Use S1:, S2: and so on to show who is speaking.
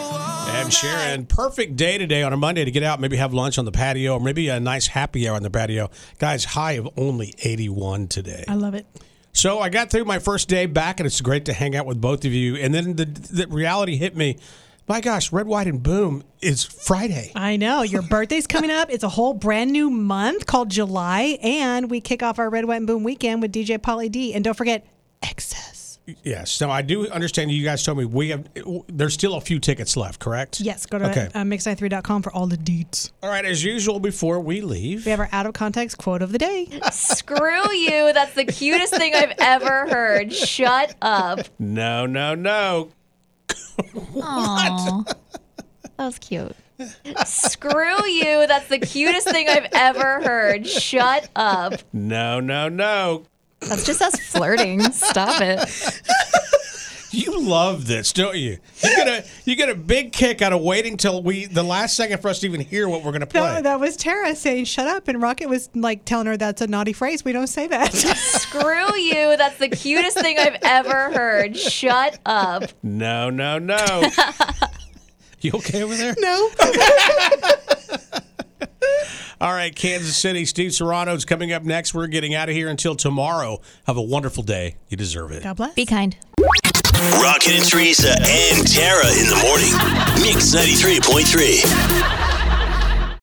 S1: time, Sharon. Perfect day today on a Monday to get out, maybe have lunch on the patio, or maybe a nice happy hour on the patio. Guys, high of only 81 today.
S2: I love it.
S1: So I got through my first day back, and it's great to hang out with both of you. And then the, the reality hit me. My gosh, Red, White, and Boom is Friday.
S2: I know. Your birthday's coming up. It's a whole brand new month called July. And we kick off our Red, White, and Boom weekend with DJ Polly D. And don't forget, Excess.
S1: Yes. Now I do understand you guys told me we have. There's still a few tickets left, correct?
S2: Yes, go to
S1: Okay.
S2: uh, mix93.com for all the deets.
S1: All right. As usual, before we leave,
S2: We have our out of context quote of the day.
S3: Screw you. That's the cutest thing I've ever heard. Shut up.
S1: no, no, no.
S3: Aw. That was cute. Screw you. That's the cutest thing I've ever heard. Shut up.
S1: No, no, no.
S3: That's just us flirting. Stop it.
S1: You love this, don't you? You get a you get a big kick out of waiting till we the last second for us to even hear what we're gonna play.
S2: No, that was Tara saying, shut up. And Rocket was like telling her that's a naughty phrase. We don't say that.
S3: Screw you. That's the cutest thing I've ever heard. Shut up.
S1: No, no, no. you okay over there?
S2: no.
S1: All right, Kansas City. Steve Serrano's coming up next. We're getting out of here until tomorrow. Have a wonderful day. You deserve it.
S2: God bless.
S3: Be kind.
S4: Rocket and Teresa and Tara in the morning. Mix 93.3.